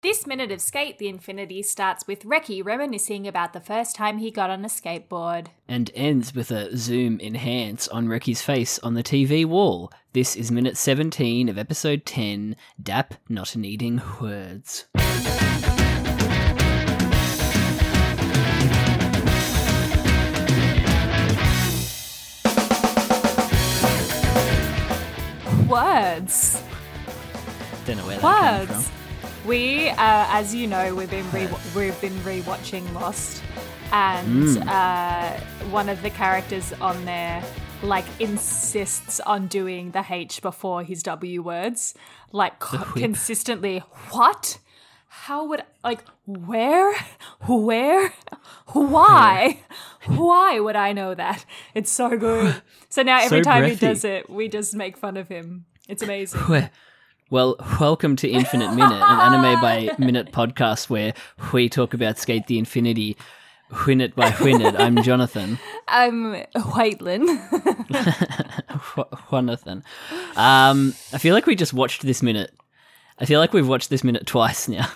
This minute of Skate the Infinity starts with Reki reminiscing about the first time he got on a skateboard. and ends with a zoom enhance on Ricky's face on the TV wall. This is minute 17 of episode 10 Dap Not Needing Words. Words. Don't know where that came Words. from. We, uh, as you know, we've been re- we've been rewatching Lost, and Mm. uh, one of the characters on there like insists on doing the H before his W words, like co- consistently. What? How would like where, where, why, why would I know that? It's so good. So now every time he breathy. does it, we just make fun of him. It's amazing. Where- Well, welcome to Infinite Minute, an anime by minute podcast where we talk about Skate the Infinity, win it by win it. I'm Jonathan. I'm Whitelin. Wh- Jonathan. Um, I feel like we just watched this minute. I feel like we've watched this minute twice now.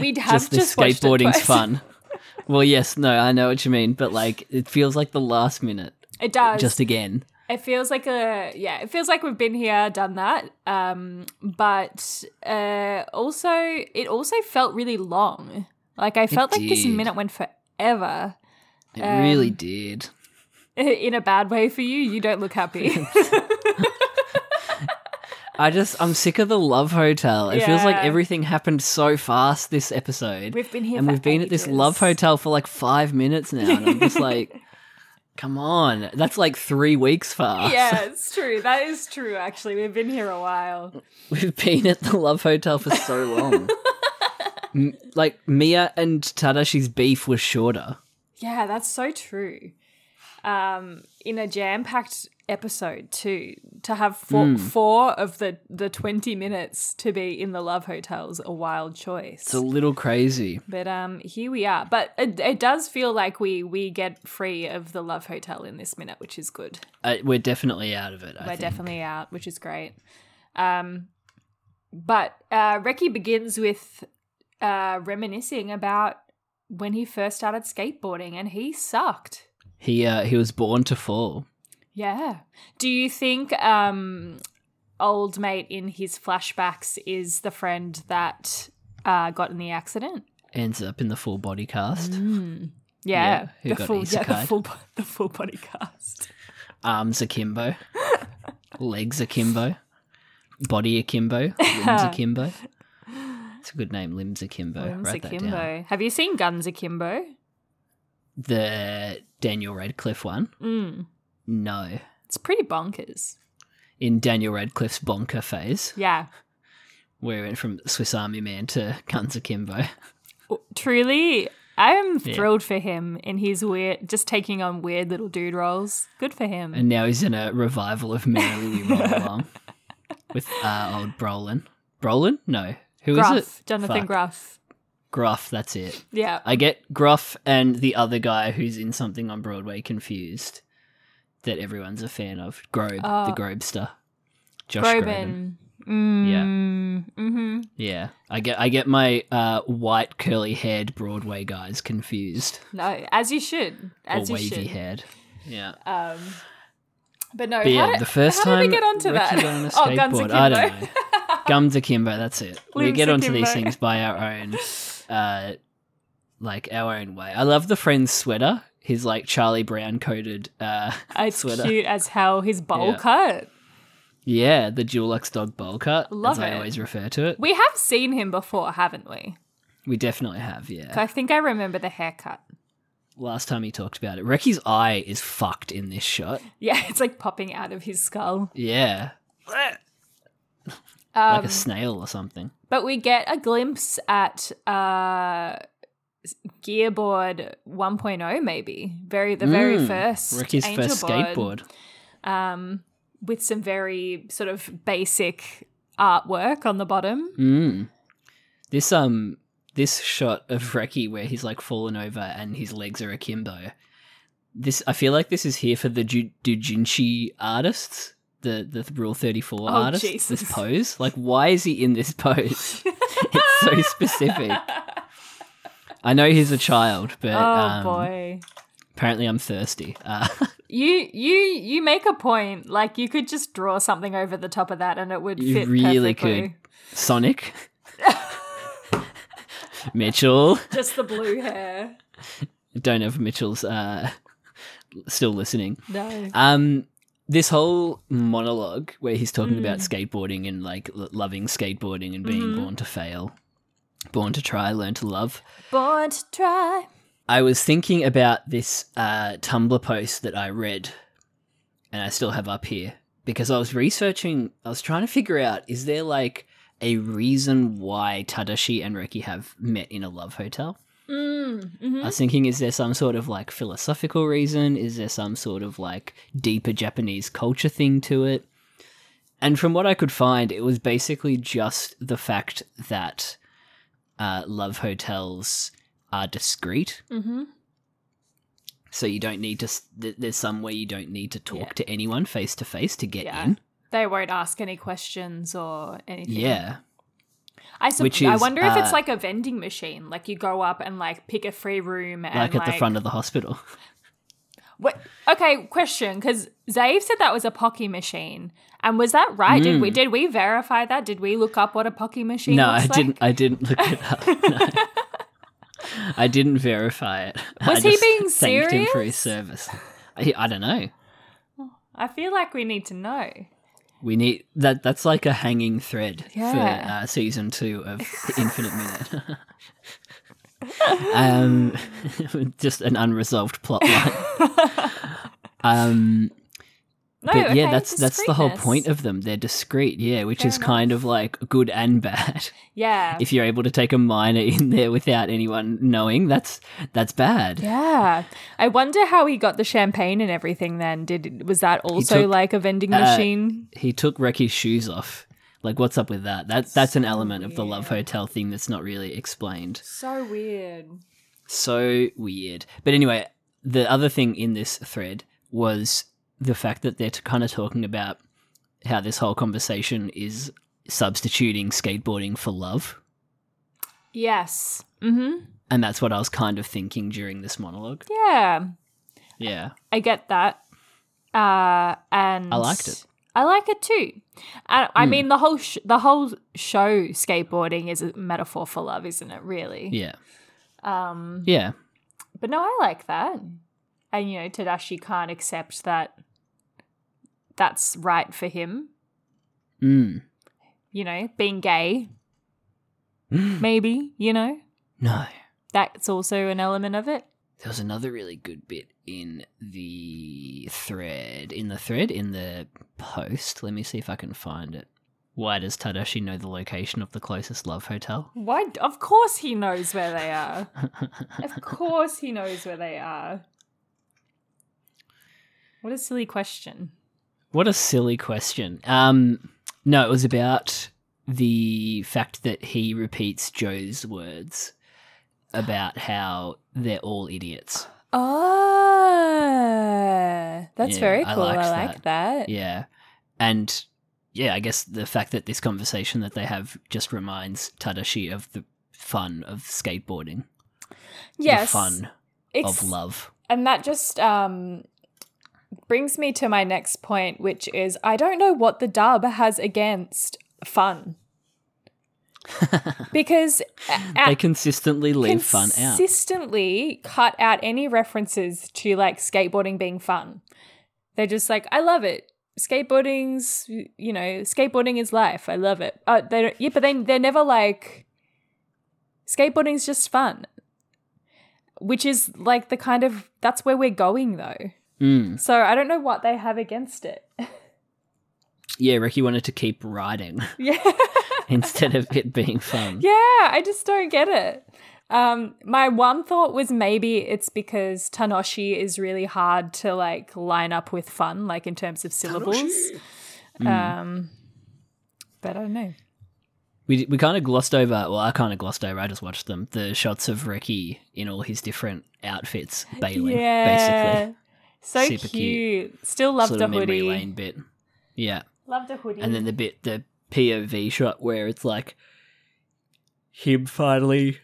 We'd have just just, the watched it skateboarding's twice. fun. well, yes, no, I know what you mean, but like it feels like the last minute It does. just again. it feels like a yeah. It feels like we've been here, done that. Um, but uh, also it also felt really long. Like I felt like this did. minute went forever. It um, really did. In a bad way for you. You don't look happy. I just I'm sick of the love hotel. It feels like Yeah. everything happened so fast this episode. We've been here and for we've been at this ages. love hotel for like five minutes now, and I'm just like, come on, that's like three weeks fast. yeah, it's true. That is true. Actually, we've been here a while. We've been at the Love Hotel for so long. M- like Mia and Tadashi's beef was shorter. Yeah, that's so true. Um, in a jam-packed episode too, to have four, Hmm. four of the the twenty minutes to be in the love hotels, a wild choice. It's a little crazy. but um, here we are. But it, it does feel like we we get free of the love hotel in this minute, which is good. Uh, we're definitely out of it. I We're think. definitely out, which is great. Um, but uh, Reki begins with uh, reminiscing about when he first started skateboarding, and he sucked. he uh, he was born to fall. Yeah. Do you think um old mate in his flashbacks is the friend that uh got in the accident? Ends up in the full body cast, Yeah. Yeah, who the got full yeah, the isekai'd. full bo- the full body cast. arms akimbo, legs akimbo, body akimbo, limbs akimbo. It's a good name, limbs akimbo. Guns Write that down. Akimbo. Have you seen Guns Akimbo? The Daniel Radcliffe one. Mm. No, It's pretty bonkers. in Daniel Radcliffe's bonker phase. Yeah. where we went from Swiss Army Man to Guns Akimbo. W- Truly I am Yeah. thrilled for him in his weird just taking on weird little dude roles. Good for him. And now he's in a revival of Merrily We Roll Along with uh, old Brolin. Brolin? No. who is Gruff, it? Jonathan Fuck. Gruff. Gruff, that's it. Yeah. I get Gruff and the other guy who's in something on Broadway confused that everyone's a fan of. Grobe, the Uh, Grobester. Josh Groban. Groban. Mm, Yeah. Mm-hmm. Yeah. I get I get my uh, white curly haired Broadway guys confused. No, as you should. As or you wavy should. haired. Yeah. Um, but no, But how yeah, did, the first how time did we get onto Ricky that? got on a oh, Guns skateboard, Akimbo. I don't know. Gums akimbo, that's it. we Limbs get onto these akimbo. things by our own, uh, like our own way. I love the friend's sweater. His like Charlie Brown coated, uh, It's Sweater. cute as hell. His bowl Yeah. cut. yeah, the Dulux dog bowl cut. Love as I it. always refer to it. We, We have seen him before, haven't we? definitely have, yeah. I think I remember the haircut. Last time he talked about it, Ricky's eye is fucked in this shot. Yeah, it's like popping out of his skull. Yeah, like a snail or something. Um, But we get a glimpse at uh, Gearboard 1.0, maybe very the very first Mm, Ricky's Angel first Board, skateboard. um, with some very sort of basic artwork on the bottom. Mm. This um this shot of Reki where he's like fallen over and his legs are akimbo. This I feel like this is here for the Ju- Dujinshi artists, the the Rule Thirty Four Oh, artists. This Jesus. pose, like, why is he in this pose? it's so specific. I know he's a child, but Oh um, boy. apparently I'm thirsty. Uh, You you you make a point. Like you could just draw something over the top of that, and it would You fit really perfectly. could. Sonic, Mitchell. Just the blue hair. Don't know if Mitchell's uh, still listening. No. Um, this whole monologue where he's talking about skateboarding and like l- loving skateboarding and being born to fail, born to try, learn to love. Born to try. I was thinking about this uh, Tumblr post that I read, and I still have up here because I was researching. I was trying to figure out is there like a reason why Tadashi and Reki have met in a love hotel. Mm, hmm I was thinking, is there some sort of like philosophical reason? Is there some sort of like deeper Japanese culture thing to it? And from what I could find, it was basically just the fact that uh, love hotels are discreet. Mm-hmm. So you don't need to, s- th- there's some way you don't need to talk Yeah. to anyone face to face to get Yeah. in. They won't ask any questions or anything. Yeah. I sup- Which I is, wonder if uh, it's like a vending machine. Like you go up and like pick a free room and Like at the front of the hospital. Wait, okay, question. Because Zaev said that was a pocky machine, and was that right? Did we did we verify that? Did we look up what a pocky machine? Mm. No, I looks didn't, Like? I didn't look it up. No. I didn't verify it. I Was he just being thanked him for his serious? service. I, I don't know. I feel like we need to know. We need that. That's like a hanging thread Yeah. for uh, season two of the Infinite Minute. um, just an unresolved plot line. Oh, um, No, but yeah, okay, that's that's the whole discreetness. point of them. They're discreet, yeah, which is kind of like good and bad. yeah, If you're able to take a minor in there without anyone knowing, that's that's bad. yeah. I wonder how he got the champagne and everything. Then did was that also took, uh, like a vending machine? He took Reki's shoes off. Like, what's up with that? That that's an element of the love hotel thing that's not really explained. So weird. so weird. But anyway, the other thing in this thread was the fact that they're kind of talking about how this whole conversation is substituting skateboarding for love. Yes. Mm-hmm. And that's what I was kind of thinking during this monologue. Yeah, Yeah. I get that. Uh, and I liked it. Hmm. I like it too. And I mean, the whole sh- the whole show skateboarding is a metaphor for love, isn't it? Really. Yeah. Um. Yeah. But no, I like that. And you know, Tadashi can't accept that. That's right for him. Mm. You know, being gay. Maybe you know No. that's also an element of it. There was another really good bit in the thread. In the thread, in the post. Let me see if I can find it. Why does Tadashi know the location of the closest love hotel? Why? Of course, he knows where they are. of course, he knows where they are. What a silly question. What a silly question. Um, no, it was about the fact that he repeats Joe's words about how they're all idiots. Oh, that's Ah. Yeah, very I cool. I, liked like that. Yeah. And yeah, I guess the fact that this conversation that they have just reminds Tadashi of the fun of skateboarding, Yes, the fun it's- of love. And that just um, brings me to my next point, which is I don't know what the dub has against fun. because a- They consistently leave fun out. consistently cut out any references to like skateboarding being fun. They're just like, I love it. Skateboarding's, you know, skateboarding is life. I love it. Uh, they don't, yeah, but they they're never like, skateboarding's just fun, which is like the kind of that's where we're going though. Mm. So I don't know what they have against it. yeah, Ricky wanted to keep writing Yeah. instead of it being fun. yeah, I just don't get it. Um, my one thought was maybe it's because Tanoshi is really hard to like line up with fun, like in terms of syllables. Um, but I don't know. We we kind of glossed over. Well, I kind of glossed over. I just watched them. The shots of Ricky in all his different outfits, bailing yeah. basically. So Super cute. cute. Still love sort the of memory hoodie. lane bit. Yeah. Love the hoodie. And then the bit, the POV shot where it's like him finally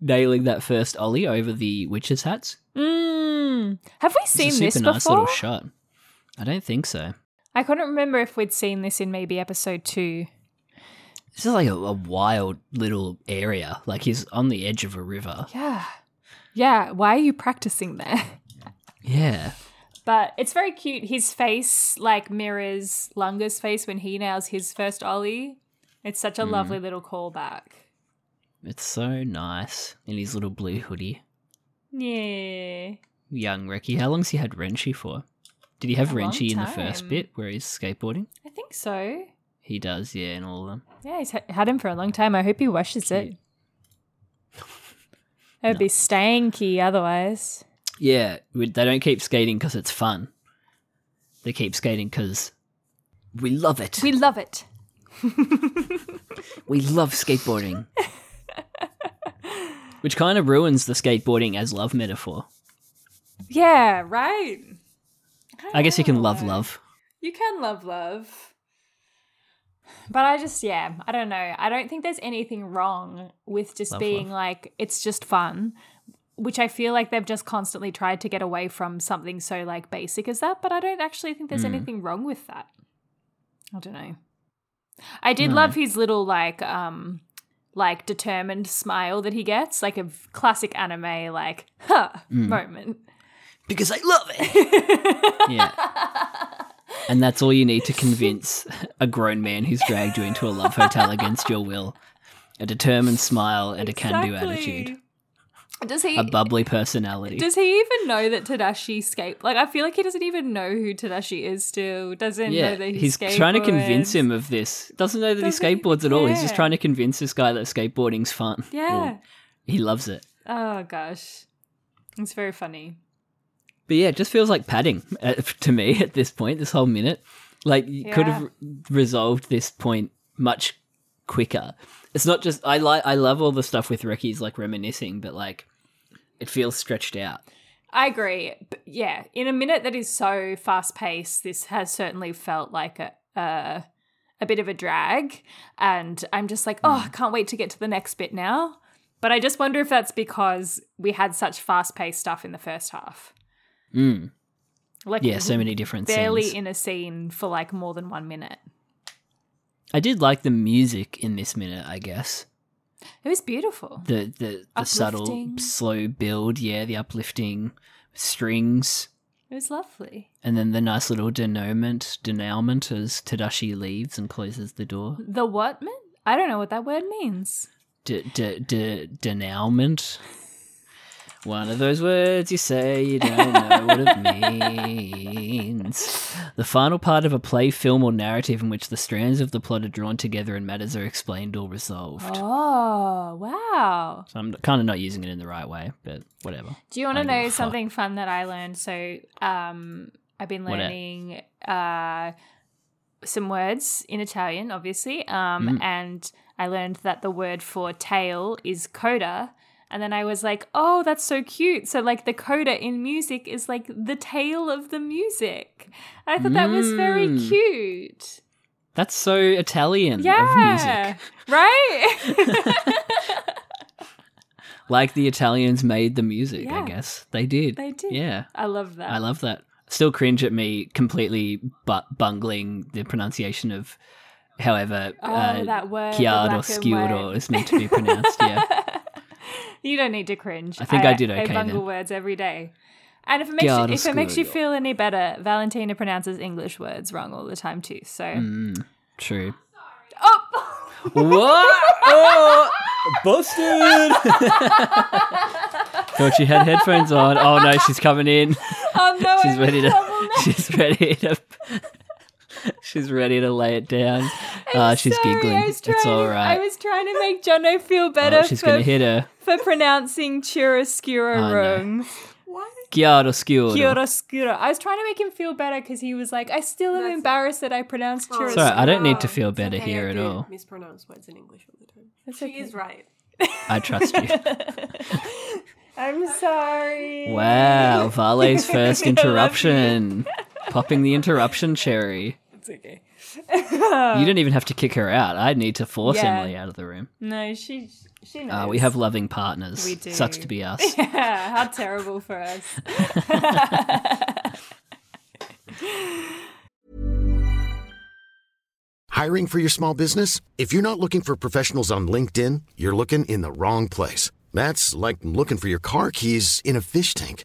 nailing that first ollie over the witches' hats. Mm. Have we seen it's a this super before? nice little shot. I don't think so. I couldn't remember if we'd seen this in maybe episode two. This is like a, a wild little area. Like he's on the edge of a river. Yeah. Yeah. Why are you practicing there? Yeah. But it's very cute. His face like mirrors Lunga's face when he nails his first Ollie. It's such a Mm. lovely little callback. It's so nice in his little blue hoodie. Yeah. Young Ricky. How long's he had Renchi for? Did he have A long Renchi in the first time. bit where he's skateboarding? I think so. He does, yeah, in all of them. Yeah, he's ha- had him for a long time. I hope he washes it. It'd be stanky otherwise. Yeah, we, they don't keep skating because it's fun. They keep skating because we love it. We We, love it. love skateboarding. Which kind of ruins the skateboarding as love metaphor. Yeah, right. I guess you can love love. You can love love. But I just, yeah, I don't know. I don't think there's anything wrong with just Love being love. like, it's just fun, which I feel like they've just constantly tried to get away from something so like basic as that. But I don't actually think there's Hmm. anything wrong with that. I don't know. I did Hmm. love his little like, um, like determined smile that he gets, like a v- classic anime, like, huh, Hmm. moment. Because I love it! yeah. And that's all you need to convince a grown man who's dragged you into a love hotel against your will. A determined smile and a can do Exactly. attitude. Does he? A bubbly personality. Does he even know that Tadashi skate? Like, I feel like he doesn't even know who Tadashi is. Still, doesn't know Yeah, that he he's trying to convince skateboards. him of this. Doesn't know that Doesn't he even skateboards at all. He's just care. trying to convince this guy that skateboarding's fun. Yeah. Or he loves it. Oh gosh, it's very funny. But yeah, it just feels like padding uh, to me at this point. This whole minute, like you could have Yeah. re- resolved this point much quicker. It's not just I like I love all the stuff with Ricky's like reminiscing, but like it feels stretched out. I agree. But yeah, in a minute that is so fast paced, this has certainly felt like a. a a bit of a drag, and I'm just like, Hmm. oh, I can't wait to get to the next bit now. But I just wonder if that's because we had such fast paced stuff in the first half. Mm. Like, Yeah, so many different barely scenes. in a scene for like more than one minute. I did like the music in this minute. I guess It was beautiful. the the, the subtle Uplifting. slow build. Yeah, the uplifting strings. It was lovely. And then the nice little denouement, denouement as Tadashi leaves and closes the door. The what man? I don't know what that word means. D- d- d- denouement. One of those words you say you don't know what it means. The final part of a play, film, or narrative in which the strands of the plot are drawn together and matters are explained or resolved. Oh wow! So I'm kind of not using it in the right way, but whatever. Do you want I to don't give know a fuck. something fun that I learned? So um, I've been What a- learning uh, some words in Italian, obviously, Mm-hmm. um, and I learned that the word for tail is coda. And then I was like, "Oh, that's so cute!" So like the coda in music is like the tail of the music. I thought that was very Mm. cute. That's so Italian of music. Yeah, right. Like the Italians made the music, I Yeah. guess. They did. They did. Yeah. I love that. I love that. Still cringe at me completely but bungling the pronunciation of however Oh, that word, the Kiard or black and skewed or white. is meant to be pronounced. Yeah. You don't need to cringe. I think I did okay I bungle then. words every day. And if it makes God, you, if it makes you screw feel any better, Valentina pronounces English words wrong all the time too. So Mm. True. oh, what? Oh, busted! Thought she had headphones on. Oh no, she's coming in. oh no, She's I'm ready in trouble to. now. She's ready to. she's ready to lay it down. Uh, she's Sorry, giggling. I was trying, It's all I right. was trying to make Jono feel better Oh, she's for, gonna hit her. for pronouncing chiaroscuro I know. wrong. Chiaroscuro. Chiaroscuro. I was trying to make him feel better because he was like, I still am That's- embarrassed that I pronounced Oh, chiaroscuro. Sorry, I don't need to oh, feel it's better okay, here I at do all. Mispronounce words in English all the time. That's she okay. is right. I trust you. I'm sorry. Wow, Vale's first I love you. interruption. Popping the interruption cherry. It's okay. You don't even have to kick her out. I need to force Uh, Yeah. Emily out of the room. No, she she knows. Uh, we have loving partners. We do. Sucks to be us. Yeah, how terrible for us. Hiring for your small business? If you're not looking for professionals on LinkedIn, you're looking in the wrong place. That's like looking for your car keys in a fish tank.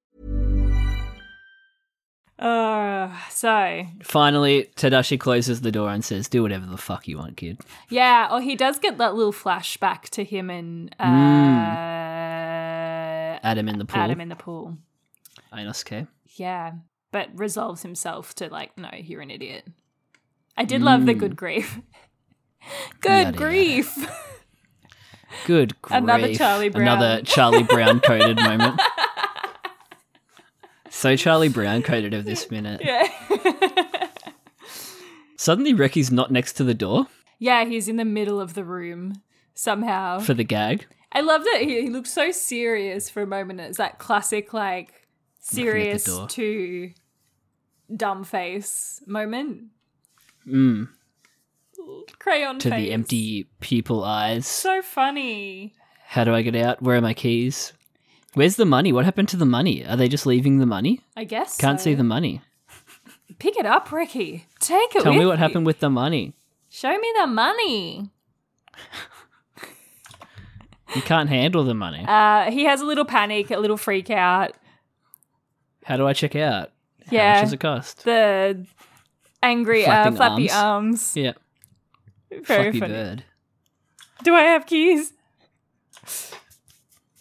Uh, so Finally, Tadashi closes the door and says, Do whatever the fuck you want, kid. yeah, oh, he does get that little flashback to him and uh, Adam in the Hmm. pool. Adam in the pool. Inosuke. Yeah, but resolves himself to like, no, you're an idiot. I did love the good grief. Hmm. Yada, Good yada. grief. Good grief. Another Charlie Brown. Another Charlie Brown coded moment. So Charlie Brown coded of this minute. Suddenly, Ricky's not next to the door yeah, he's in the middle of the room somehow. for the gag. I love that he, he looked so serious for a moment. It's that classic, like, serious door. to dumb face moment. Mm. Crayon to face. the empty people eyes. So funny. How do I get out? Where are my keys? Where's the money? What happened to the money? Are they just leaving the money? I guess. Can't so. see the money. Pick it up, Ricky. Take it Tell me with what you. happened with the money. Show me the money. You can't handle the money. Uh, he has a little panic, a little freak out. How do I check out? How much Yeah. does it cost? The angry, Flapping uh, flappy arms. yeah. Very Fluffy funny. bird. Do I have keys?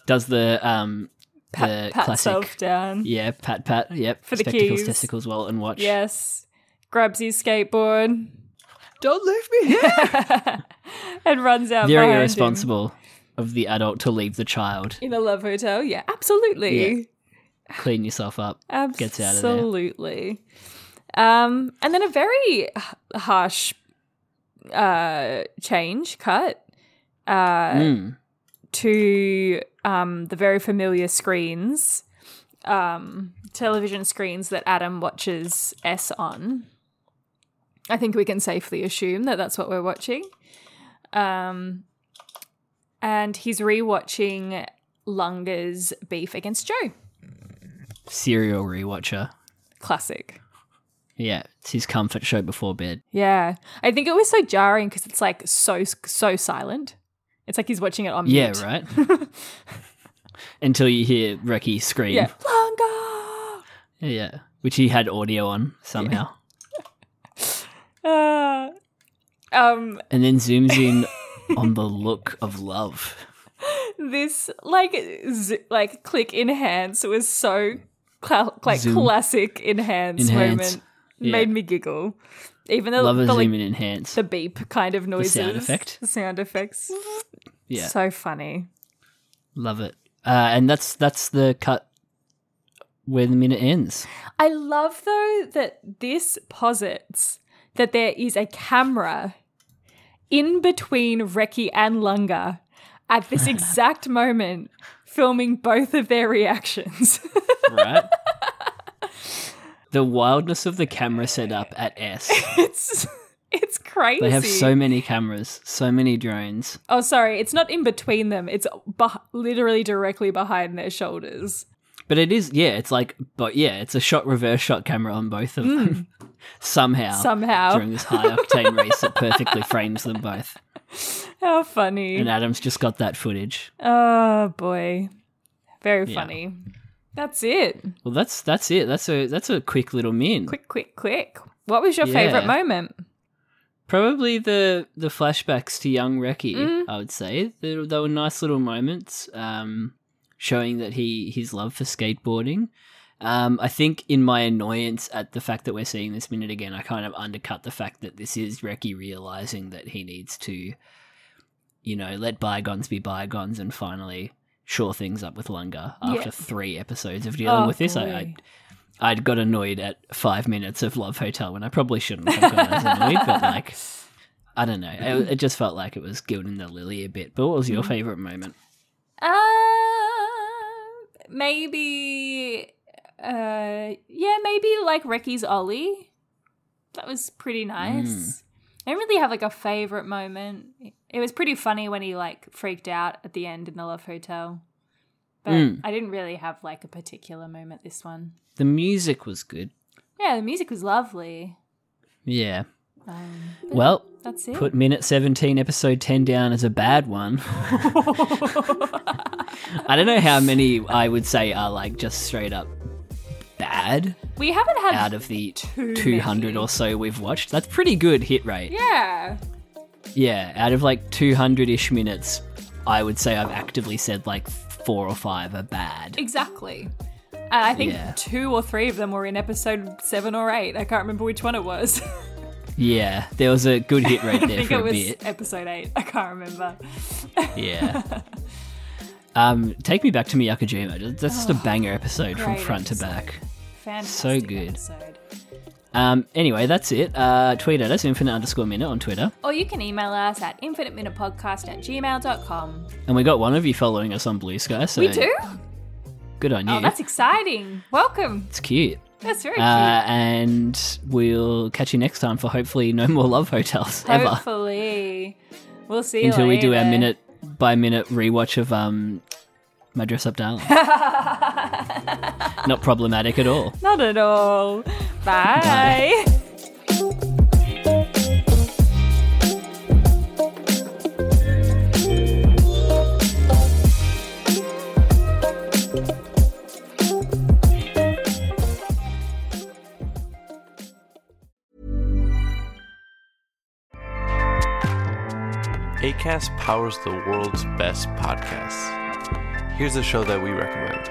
Does the um the Pat, pat classic self down. Yeah, pat pat, yep. For the Spectacles, keys. testicles, well and watch. Yes. Grabs his skateboard Don't leave me here. and runs out Very behind him. irresponsible of the adult to leave the child. In a love hotel. Yeah, absolutely. Yeah. Clean yourself up. Absolutely. Gets out of there. Um, and then a very h- harsh uh, change cut uh, Mm. to um, the very familiar screens, um, television screens that Adam watches S on. I think we can safely assume that that's what we're watching. Um, and he's rewatching Lunga's beef against Joe. Serial rewatcher. Classic. Yeah, it's his comfort show before bed. Yeah, I think it was so jarring because it's like so so silent. It's like he's watching it on Yeah, mute. right. Until you hear Reki scream. Yeah, longer. Yeah. Which he had audio on somehow. Uh, um, And then zooms in on the look of love. this like z- like click enhance was so cla- like Zoom. classic enhance, Enhance. moment. Yeah. Made me giggle. Even the Love the, is like, zoom and enhance. the beep kind of noises, effect. the sound effects. yeah. So funny. Love it. Uh, and that's that's the cut where the minute ends. I love though that this posits that there is a camera in between Reki and Lunga at this exact moment filming both of their reactions. right? the wildness of the camera setup at S. it's it's crazy. They have so many cameras, so many drones. oh, sorry, it's not in between them. It's beh literally directly behind their shoulders. But it is, yeah, it's like, but yeah, it's a shot reverse shot camera on both of them. Somehow. Somehow. During this high octane race, it perfectly frames them both. How funny! And Adam's just got that footage. Oh boy. Very Yeah. funny. That's it. Well, that's that's it. That's a that's a quick little min. Quick, quick, quick. What was your Yeah. favorite moment? Probably the the flashbacks to young Reki, Mm. I would say. They, they were nice little moments, um, showing that he his love for skateboarding. Um, I think in my annoyance at the fact that we're seeing this minute again, I kind of undercut the fact that this is Reki realizing that he needs to, you know, let bygones be bygones and finally shore things up with Lunga after Yeah. three episodes of dealing Oh, with this. I, boy. I I'd got annoyed at five minutes of Love Hotel when I probably shouldn't have gotten as annoyed, but like, I don't know. It, it just felt like it was gilding the lily a bit. But what was Mm. your favourite moment? Um, maybe. Uh, yeah, maybe like Reki's Ollie. That was pretty Mm. nice. I don't really have like a favorite moment. It was pretty funny when he like freaked out at the end in the Love Hotel. But Mm. I didn't really have like a particular moment this one. The music was good. Yeah, the music was lovely. Yeah. Um, but Well, that's it. put minute 17, episode 10 down as a bad one. I don't know how many I would say are like just straight up bad we haven't had out of the Too 200 many. or so we've watched. That's pretty good hit rate. Yeah. Yeah, out of like 200 ish minutes, I would say I've actively said like four or five are bad. Exactly. And I think Yeah. two or three of them were in episode seven or eight. I can't remember which one it was. Yeah, there was a good hit rate I there think for it a was bit. episode eight. I can't remember. Yeah. Um, take me back to Miyakojima. That's just a banger episode from Oh, great front to episode. back. Fantastic good. episode. Um, anyway, that's it. Uh, tweet at us, infinite underscore minute on Twitter. Or you can email us at infiniteminutepodcast at gmail.com. And we got one of you following us on Blue Sky, so We do? good on you. Oh, that's exciting. Welcome. it's cute. That's very Uh, and we'll catch you next time for hopefully no more love hotels cute. ever. Hopefully. We'll see you until we do our later. minute by minute rewatch of um my dress up darling not problematic at all Not at all. Bye. ACAST powers the world's best podcasts. Here's a show that we recommend.